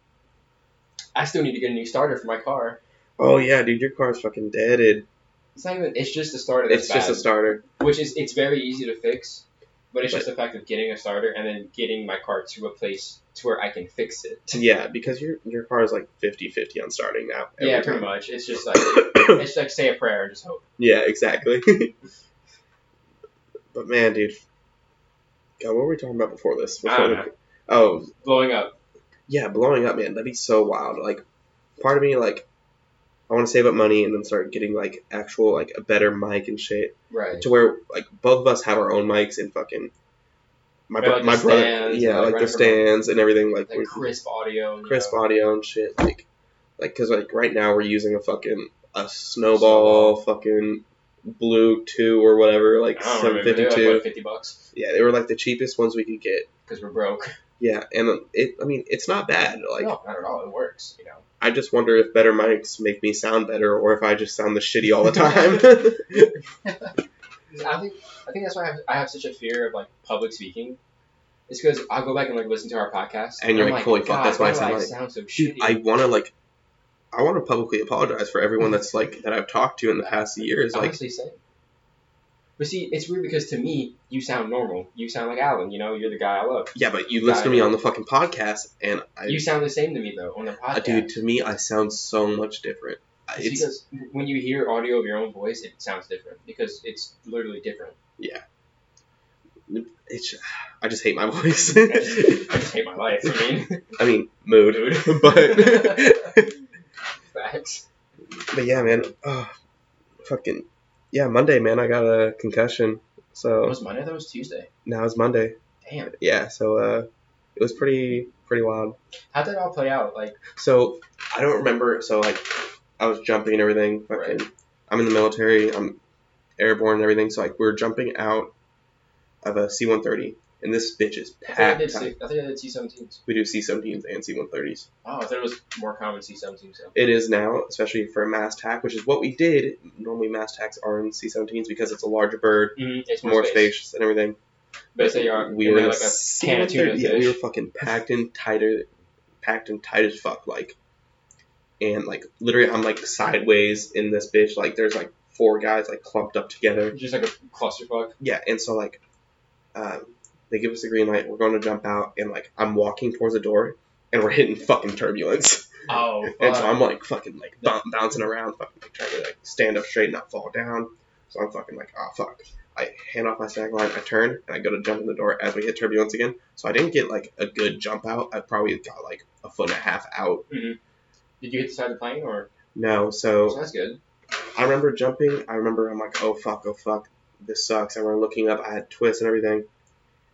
I still need to get a new starter for my car. oh yeah, dude, your car's fucking deaded. It's not even. It's just a starter. That's It's just a bad, starter. which is it's very easy to fix, but it's But- just the fact of getting a starter and then getting my car to a place to where I can fix it. Yeah, because your your car is like 50-50 on starting now. every yeah, time. pretty much. It's just like it's like say a prayer and just hope. Yeah, exactly. but man, dude, God, what were we talking about before this? I Before don't the- Oh, Blowing up. yeah, blowing up, man. That'd be so wild. Like, part of me, like, I want to save up money and then start getting like actual like a better mic and shit Right. to where like both of us have our own mics and fucking my Or, bro- like, my the brother stands, yeah like like, right the up around- stands and everything like, Like we're- crisp audio. you crisp know. audio and shit like like because like right now we're using a fucking a snowball, fucking blue two or whatever, like I don't seven remember. They fifty were like, two. what, 50 bucks? Yeah, they were like the cheapest ones we could get. Because we're broke. Yeah, and um, it. I mean, it's not bad. Like no, not at all. It works, you know. I just wonder if better mics make me sound better or if I just sound the shitty all the time. I think I think that's why I have, I have such a fear of like public speaking. It's because I'll go back and like listen to our podcast, And you're I'm like, holy fuck, God, that's why I do sound like- so shitty. Shoot, I want to like, I want to publicly apologize for everyone that's like that I've talked to in the past years. Like, honestly same. But see, it's weird because to me, you sound normal. You sound like Alan. You know, you're the guy I love. yeah, but you listen to me on the fucking podcast, and I, You sound the same to me though on the podcast. uh, dude, to me, I sound so much different. I- It's It's because when you hear audio of your own voice, it sounds different because it's literally different. it's, I just hate my voice. I just, I just hate my life. I mean, I mean, mood, dude. but Facts. but yeah, man, oh, fucking yeah, Monday, man, I got a concussion, It so was Monday. That was Tuesday. now it's Monday. Damn. Yeah, so uh, it was pretty pretty wild. How'd that all play out? Like, So I don't remember. So like, I was jumping and everything. Fucking, I'm in the military. I'm airborne and everything. So like, we are jumping out of a C-130, and this bitch is I think I packed. did. see- I think I did see some teams. We do C-17s and C-130s. Oh, I thought it was more common to see something. So It is now, especially for a mass tack, which is what we did. Normally, mass tacks are in C-17s because it's a larger bird, Mm-hmm, it's more spacious and everything. But say you're, we you're were in like a a can of C-130 tuna Yeah, we were fish. fucking packed in tighter, packed in tight as fuck, like, and like literally, I'm like sideways in this bitch. Like, there's like four guys like clumped up together. Just like a clusterfuck. Yeah, and so like, um, they give us the green light. We're going to jump out, and like, I'm walking towards the door, and we're hitting fucking turbulence. Oh, And so I'm like fucking like bou- bouncing around, fucking like trying to like stand up straight and not fall down. So I'm fucking like, oh fuck. I hand off my snag line, I turn, and I go to jump in the door as we hit turbulence again. So I didn't get like a good jump out. I probably got like a foot and a half out. Did you hit the side of the plane or? No, so So that's good. I remember jumping. I remember I'm like, oh fuck, oh fuck, this sucks. I remember looking up. I had twists and everything,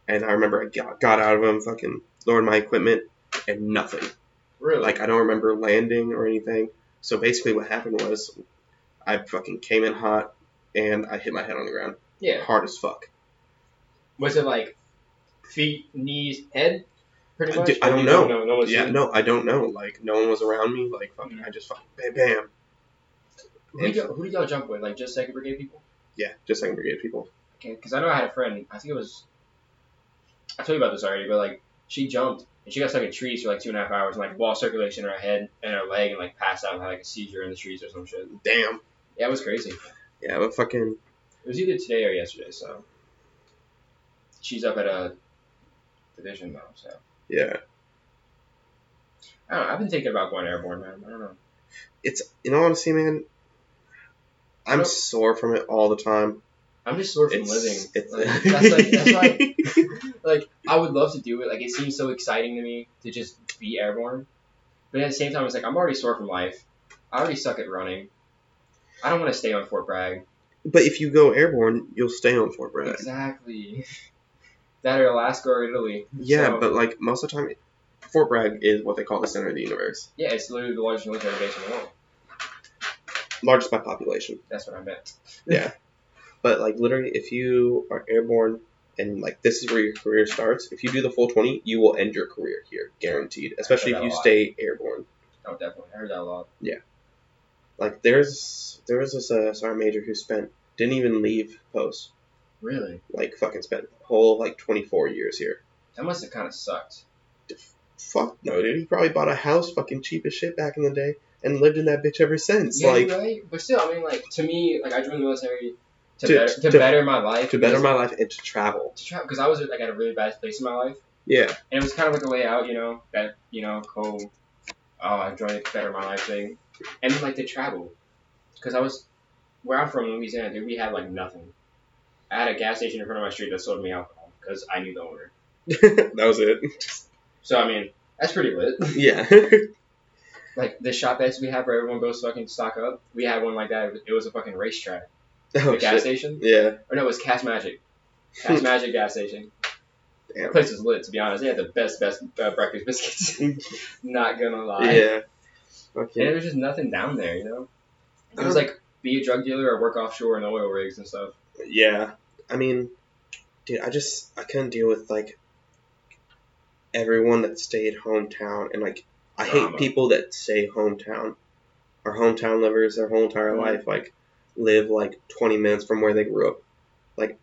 and I remember I got, got out of them, fucking lowered my equipment, and nothing. Really? Like I don't remember landing or anything. So basically, what happened was, I fucking came in hot, and I hit my head on the ground yeah. hard as fuck. Was it like feet, knees, head? Pretty I much. do- I Or don't you Mm-hmm. know. No one's Yeah, seen? no, I don't know. Like no one was around me. Like fucking, I just fucking bam, bam. Who, did y'all, who did y'all jump with? Like just second brigade people? Yeah, just like brigade people. Okay, because I know I had a friend. I think it was. I told you about this already, but like she jumped and she got stuck in trees for like two and a half hours, and like ball circulation in her head and her leg, and like passed out and had like a seizure in the trees or some shit. Damn. Yeah, it was crazy. Yeah, but fucking It was either today or yesterday, so she's up at a division though. So yeah. I don't know, I've been thinking about going airborne, man. I don't know. It's in all honesty, man. I'm Nope. sore from it all the time. I'm just sore from It's, living. it's Like, that's like that's why like I would love to do it. Like it seems so exciting to me to just be airborne, but at the same time, it's like I'm already sore from life. I already suck at running. I don't want to stay on Fort Bragg. but if you go airborne, you'll stay on Fort Bragg. Exactly. That or Alaska or Italy. Yeah, So- but like most of the time, Fort Bragg is what they call the center of the universe, Yeah, it's literally the largest military base in the world. largest by population. That's what I meant. But like literally, if you are airborne and like this is where your career starts, if you do the full twenty, you will end your career here, guaranteed. Especially if you stay airborne. Oh, definitely. I heard that a lot. Like there's there was this uh, sergeant major who spent didn't even leave post, Really? like fucking spent whole like twenty four years here. That must have kind of sucked. Fuck no, dude. He probably bought a house fucking cheap as shit back in the day and lived in that bitch ever since. yeah, like right? But still, I mean, like to me, like I joined the military to, To- better, to, to- better my life. to better my life and to travel. to try because I was like at a really bad place in my life, Yeah. and it was kind of like a way out, you know, that you know, cool. Oh, I joined the better my life thing, and then like to travel, because I was where I'm from, Louisiana, dude. We had like nothing. I had a gas station in front of my street that sold me alcohol because I knew the owner. that was it. So I mean, that's pretty lit. Yeah. Like the shop that we have where everyone goes fucking stock up, we had one like that. It was a fucking racetrack, oh, the gas shit. station. Yeah. Or no, it was Cash Magic. Cash Magic gas station. The Damn. place was lit, to be honest. They had the best, best uh, breakfast biscuits. Not gonna lie. Yeah. And Okay. there was just nothing down there, you know? It was like be a drug dealer or work offshore in oil rigs and stuff. Yeah, I mean, dude, I just I couldn't deal with like everyone that stayed hometown, and like I hate Drama. people that say hometown, or hometown livers their whole entire Mhm. life, like live like twenty minutes from where they grew up, like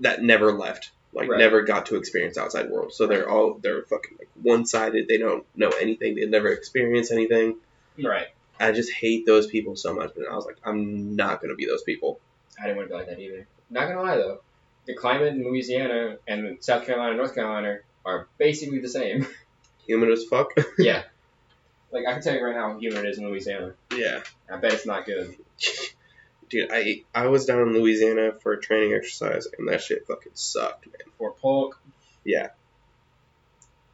that never left, like Right. never got to experience outside world. So they're all they're fucking like one sided. They don't know anything. They never experience anything. Right. I just hate those people so much. And I was like, I'm not gonna be those people. I didn't want to be like that either. Not gonna lie though, the climate in Louisiana and South Carolina, and North Carolina are basically the same. Human as fuck. yeah. Like I can tell you right now how humid it is in Louisiana. yeah. I bet it's not good. Dude, I I was down in Louisiana for a training exercise, and that shit fucking sucked, man. Fort Polk. Yeah.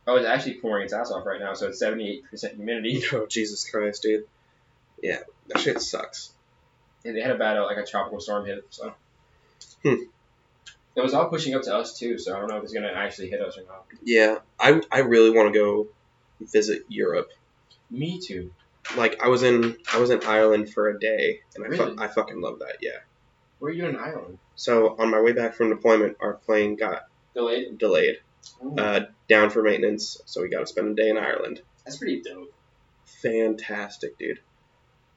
Oh, it's actually pouring its ass off right now, so it's seventy-eight percent humidity. Oh Jesus Christ, dude. Yeah, that shit sucks. And they had about a, like a tropical storm hit, so. Hmm. It was all pushing up to us too, so I don't know if it's gonna actually hit us or not. Yeah, I I really want to go visit Europe. Me too. Like I was in I was in Ireland for a day, and I Really? fu- I fucking love that. Yeah. Where are you in Ireland? So on my way back from deployment, our plane got Delayed. delayed, Ooh, uh, down for maintenance, so we got to spend a day in Ireland. that's pretty dope. Fantastic, dude.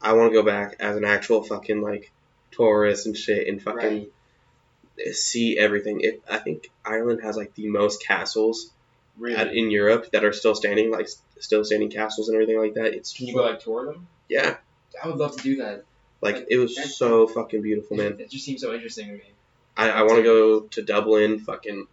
I want to go back as an actual fucking like tourist and shit, and fucking. Right. see everything. It, I think Ireland has like the most castles Really. at, in Europe that are still standing, like s- still standing castles and everything like that. It's Can you go like tour them? yeah, I would love to do that. like it was so fucking beautiful, Oh, man. It just seems so interesting to me. I, I want to go to Dublin, fucking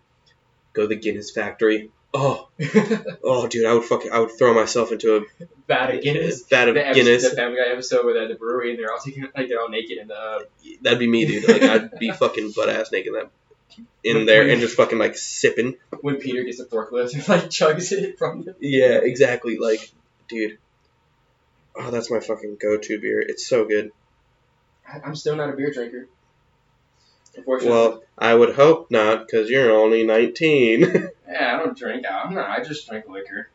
go to the Guinness factory. Oh, oh, dude, I would fucking I would throw myself into a Bad at Guinness. vat of The, episode, Guinness. the Family Guy episode where they're at the brewery and they're all taking like they're all naked and uh, That'd be me, dude. Like I'd be fucking butt ass naked that in there and just fucking like sipping. when Peter gets a forklift and like chugs it from the Yeah, exactly. Like, dude. Oh, that's my fucking go-to beer. It's so good. I- I'm still not a beer drinker. Unfortunately. Well, I would hope not, because you're only 19. yeah, I don't drink. I'm not. I just drink liquor.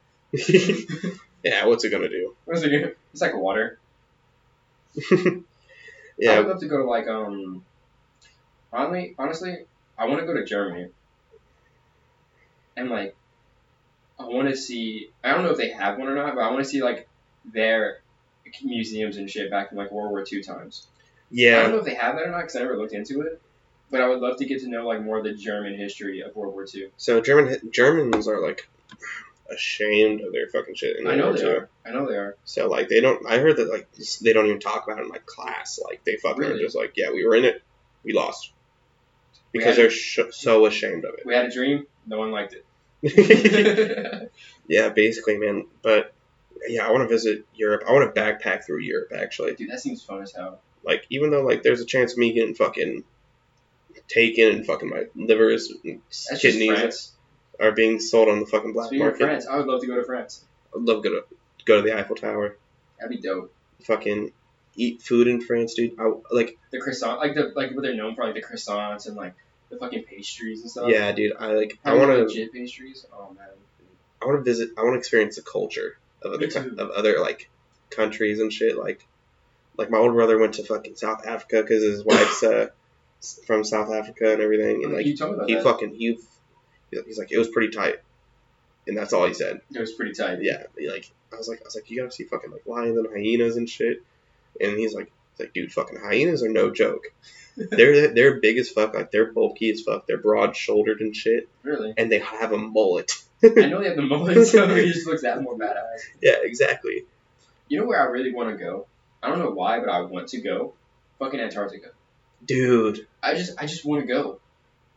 yeah, what's it gonna do? What's it? good? It's like water. I yeah, would love to go to like um. Honestly, honestly, I want to go to Germany. And like, I want to see. I don't know if they have one or not, but I want to see like their museums and shit back from like World War II times. I don't yeah. know if they have that or not because I never looked into it. But I would love to get to know like more of the German history of World War II. So German Germans are like ashamed of their fucking shit. in I know World they War II. are. I know they are. So like they don't. I heard that like they don't even talk about it in like class. Like they fucking are Really? just like, yeah, we were in it, we lost, We because had they're it. sh- so ashamed of We had a dream. No one liked it. it. yeah, basically, man. But yeah, I want to visit Europe. I want to backpack through Europe actually. Dude, that seems fun as hell. Like, even though like there's a chance of me getting fucking taken and fucking my liver is That's just kidneys France. are being sold on the fucking black Speaking of market. France, I would love to go to France. I'd love to go to go to the Eiffel Tower. That'd be dope. Fucking eat food in France, dude. I like The croissant, like the like what they're known for, like the croissants and like the fucking pastries and stuff. yeah, dude. I like I Having want to legit pastries. Oh man. I want to visit. I want to experience the culture of other Me coun- too. of other like countries and shit. Like, like my older brother went to fucking South Africa because his wife's uh s- from South Africa and everything, and like you told me about he that. fucking he he's like it was pretty tight, and that's all he said. it was pretty tight. Yeah, he, like I was like I was like you gotta see fucking like lions and hyenas and shit, and he's like he's like dude fucking hyenas are no joke. they're they're big as fuck. Like they're bulky as fuck. They're broad shouldered and shit, Really. and they have a mullet. I know they have the mullet, so it just looks that more badass. Yeah, exactly. You know where I really want to go? I don't know why, but I want to go. Fucking Antarctica. Dude, I just I just want to go.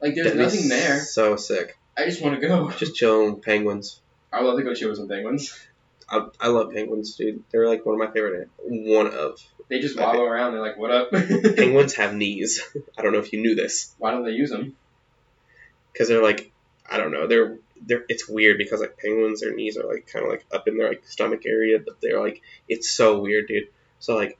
Like there's That'd be nothing there. So sick. I just want to go. Just chilling with penguins. I would love to go chill with some penguins. I, I love penguins, dude. They're like one of my favorite. One of They just Okay. wobble around. They're like, "What up?" penguins have knees. I don't know if you knew this Why don't they use them? because they're like I don't know. They're they're it's weird because like penguins, their knees are like kind of like up in their like stomach area, but they're like it's so weird, dude. So like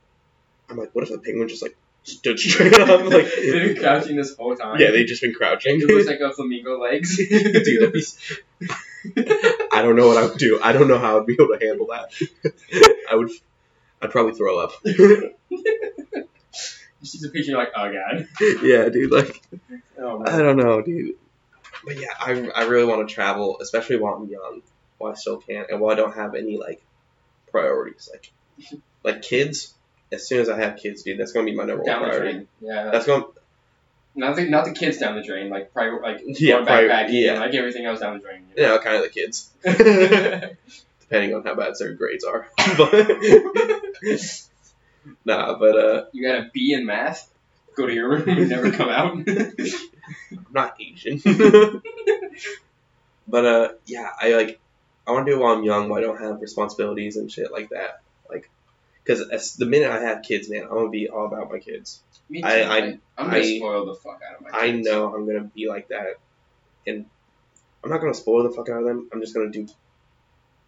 I'm like, what if the penguin just like stood straight up? Like They've been crouching this whole time. yeah, they've just been crouching. It looks like a flamingo legs. Dude, that'd be- I don't know what I would do. I don't know how I'd be able to handle that. I would, I'd probably throw up. You see the picture, you're like, oh god. yeah, dude. Like, Oh, I don't know, dude. But yeah, I, I really want to travel, especially while I'm young, while I still can, and while I don't have any like priorities, like like kids. As soon as I have kids, dude, that's gonna be my number one down the priority. drain. Yeah. That's gonna Not the, not the kids down the drain, like private, like Yeah, going prior- backpacking, yeah. and, like everything else down the drain. you you know? know, kind of the kids, Yeah. depending on how bad their grades are. but nah, but uh, you got a B in math, go to your room and never come out. I'm not Asian. but uh, yeah, I like I want to do it while I'm young, while I don't have responsibilities and shit like that. Like, because the minute I have kids, man, I'm gonna be all about my kids. Me I- too, I- like, I'm gonna I- spoil the fuck out of my I kids. know I'm gonna be like that, and I'm not gonna spoil the fuck out of them. I'm just gonna do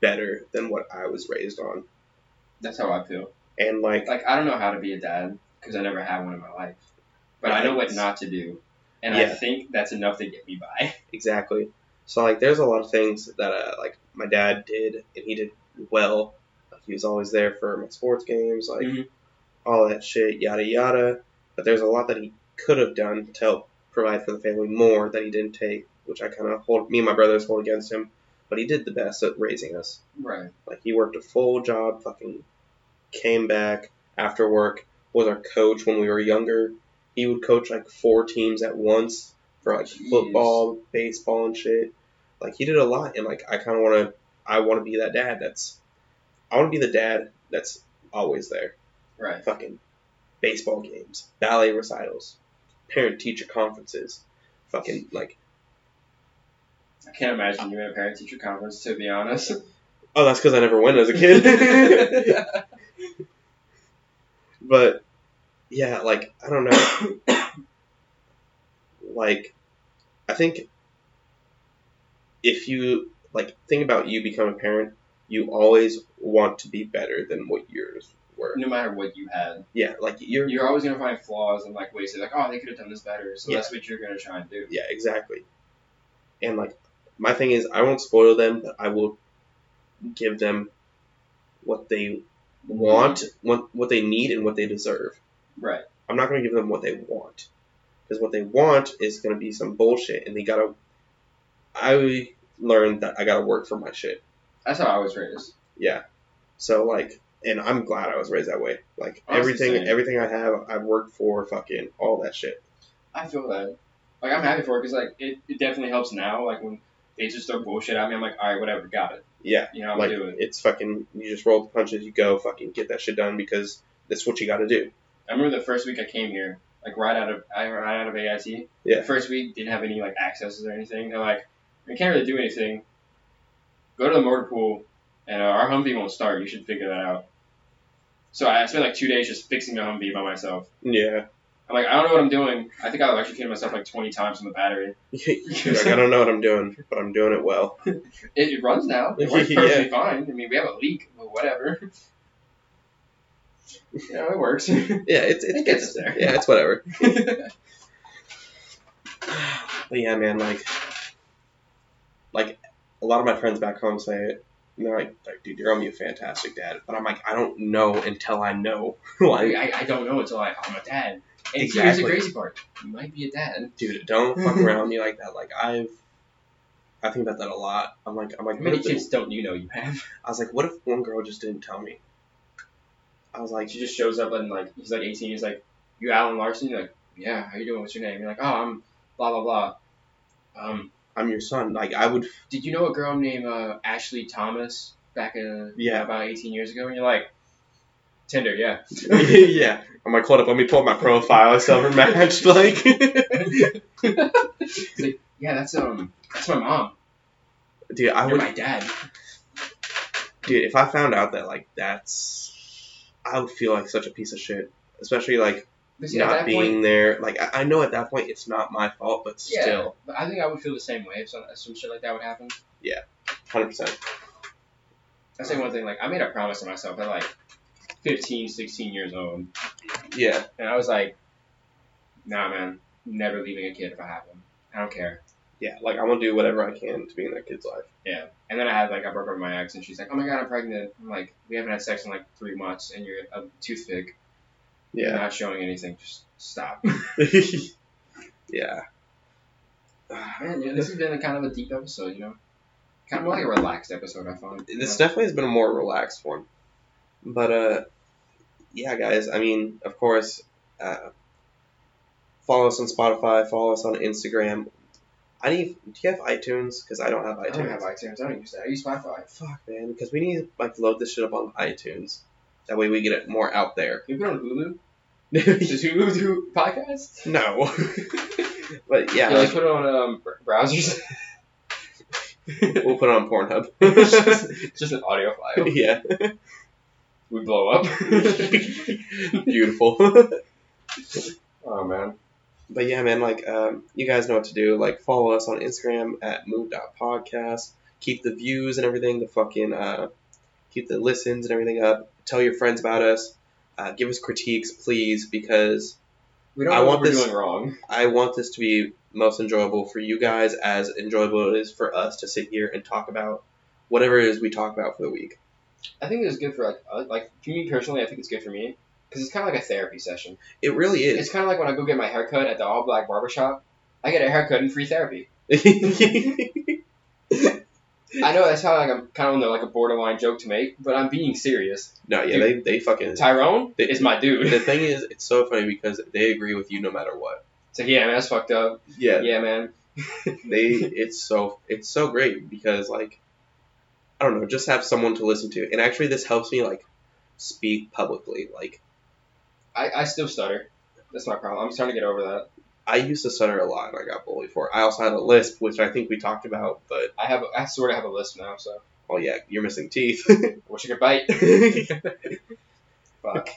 better than what I was raised on, That's how I feel. and like, Like I don't know how to be a dad because I never had one in my life, but I know what not to do, and I Yeah. think that's enough to get me by. exactly. So like, there's a lot of things that uh, like my dad did, and he did well. Like, he was always there for my sports games, like Mhm. all that shit, yada yada. But there's a lot that he could have done to help provide for the family more that he didn't take, which I kind of hold me and my brothers hold against him. But he did the best at raising us. Right. Like he worked a full job, fucking came back after work, was our coach when we were younger. He would coach like four teams at once for like Jeez. football, baseball and shit. Like he did a lot and like I kinda wanna I wanna be that dad that's I wanna be the dad that's always there. Right. Fucking baseball games, ballet recitals, parent teacher conferences, fucking like I can't imagine you at a parent teacher conference to be honest. Oh, that's because I never went as a kid. but yeah, like I don't know, like I think if you like think about you become a parent, you always want to be better than what yours were. no matter what you had, Yeah, like you're. you're always gonna find flaws and like ways to like, oh, they could have done this better. So Yeah. that's what you're gonna try and do. Yeah, exactly. And like my thing is, I won't spoil them, but I will give them what they want, what what they need, and what they deserve. Right. I'm not going to give them what they want. Because what they want is going to be some bullshit, and they got to. I learned that I got to work for my shit. That's how I was raised. So, like, and I'm glad I was raised that way. Like, I was the everything same. everything I have, I've worked for, fucking, all that shit. I feel that. Like I'm happy for it because like it, it definitely helps now. Like when they just throw bullshit at me, I'm like, all right, whatever, got it. Yeah. You know, I'm like, gonna do it. it's fucking, you just roll the punches, you go, fucking, get that shit done because that's what you got to do. I remember the first week I came here, like right out of I right out of AIT. Yeah. The first week didn't have any like accesses or anything. They're like, we can't really do anything. Go to the motor pool, and uh, our Humvee won't start. You should figure that out. So I spent like two days just fixing the Humvee by myself. Yeah. I'm like, I don't know what I'm doing. I think I electrocuted myself like 20 times on the battery. like, I don't know what I'm doing, but I'm doing it well. It, it runs now. It works Yeah. perfectly fine. I mean, we have a leak, but whatever. you know, it works. it Yeah, it's, it's, gets us there. Yeah, it's whatever. But yeah, man, like, like a lot of my friends back home say it, and they're like, like "Dude, you're gonna be a fantastic dad," but I'm like, I don't know until I know. like, I, I don't know until I, I'm a dad. And here's Exactly. the crazy part. You might be a dad. dude, don't fuck around with me like that. Like, I've, I think about that a lot. I'm like, I'm like, what How many if the- kids don't you know you have? I was like, what if one girl just didn't tell me? I was like, Like, she just shows up and, like, he's like 18. He's like, You Alan Larson? You're like, Yeah, how you doing? What's your name? You're like, Oh, I'm blah, blah, blah. Um, I'm your son. Like, I would, did you know a girl named uh, Ashley Thomas back in Yeah. about 18 years ago? And you're like, Tinder, yeah. yeah. I'm like, hold up, let me pull up my profile. It's ever matched. Like, Yeah, that's um, that's my mom. dude, I You're would my dad. dude, if I found out that like that's, I would feel like such a piece of shit. Especially like But see, at not that being point, there. Like I, I know at that point it's not my fault, but yeah. still, But I think I would feel the same way if some, if some shit like that would happen. hundred percent. That's like one thing. Like I made a promise to myself at like 15, 16 years old, Yeah, and I was like, Nah, man, never leaving a kid if I have one. I don't care. yeah. Like I'm gonna do whatever I can to be in that kid's life. And then I had like I broke up with my ex, and she's like, Oh my god, I'm pregnant. I'm like, We haven't had sex in like three months, and you're a toothpick. You're Yeah. not showing anything. Just stop. yeah. Man, yeah, this has been a kind of a deep episode, you know. Kind of more like a relaxed episode, I find. This definitely has been a more relaxed one. But uh yeah guys, I mean, of course, uh follow us on Spotify, follow us on Instagram. I need do you have iTunes cuz I don't have I iTunes. don't have iTunes. I don't use that. I use Spotify. Fuck man, cuz we need to like load this shit up on iTunes. That way we get it more out there. Can we put it on Hulu? Does Hulu do podcasts? no. but yeah, Yeah, like like, put it on um, br- browsers. we'll put it on Pornhub. just, just an audio file. yeah. We blow up. Beautiful. oh man. but yeah, man, like um, you guys know what to do. Like follow us on Instagram at move.podcast. Keep the views and everything, the fucking uh, keep the listens and everything up. Tell your friends about us. Uh, give us critiques, please, because We don't I know want what we're this- doing wrong. I want this to be most enjoyable for you guys as enjoyable it is for us to sit here and talk about whatever it is we talk about for the week. I think it's good for like, uh, like for me personally. I think it's good for me because it's kind of like a therapy session. It really It's is. kind of like when I go get my haircut at the all black barbershop. I get a haircut and free therapy. I know that's how like I'm kind of on the, like a borderline joke to make, but I'm being serious. no, yeah, they, they fucking. Tyrone They- is my dude. The thing is, it's so funny because they agree with you no matter what. It's like, yeah, man, that's fucked up. Yeah, Yeah, man. they it's so it's so great because like I don't know, just have someone to listen to. And actually this helps me like speak publicly. Like I, I still stutter. That's my problem. I'm starting to get over that. I used to stutter a lot and I got bullied for it. I also had a lisp, which I think we talked about, but I have I sort of have a list now, so oh yeah, you're missing teeth. I wish I could bite. Fuck.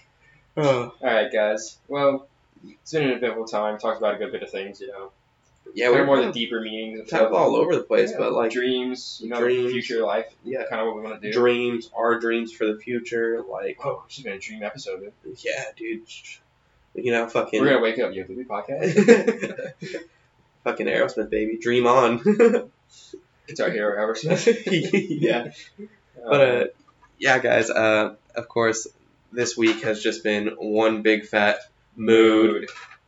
Oh, All right, guys. Well, it's been an eventful time. Talked about a good bit of things, you know. yeah, kind we're of more more the kind deeper meanings of of, kind of all over the place, Yeah, but like dreams, you know, dreams. future life, yeah, kind of what we want to do. dreams, our dreams for the future, like Oh, this has been a dream episode. Dude. yeah, dude, sh- you know, fucking We're gonna wake up. You have to be podcast. Fucking Aerosmith, baby. Dream on. it's our hero ever since. yeah. But, uh, yeah, guys, uh, of course, this week has just been one big fat mood.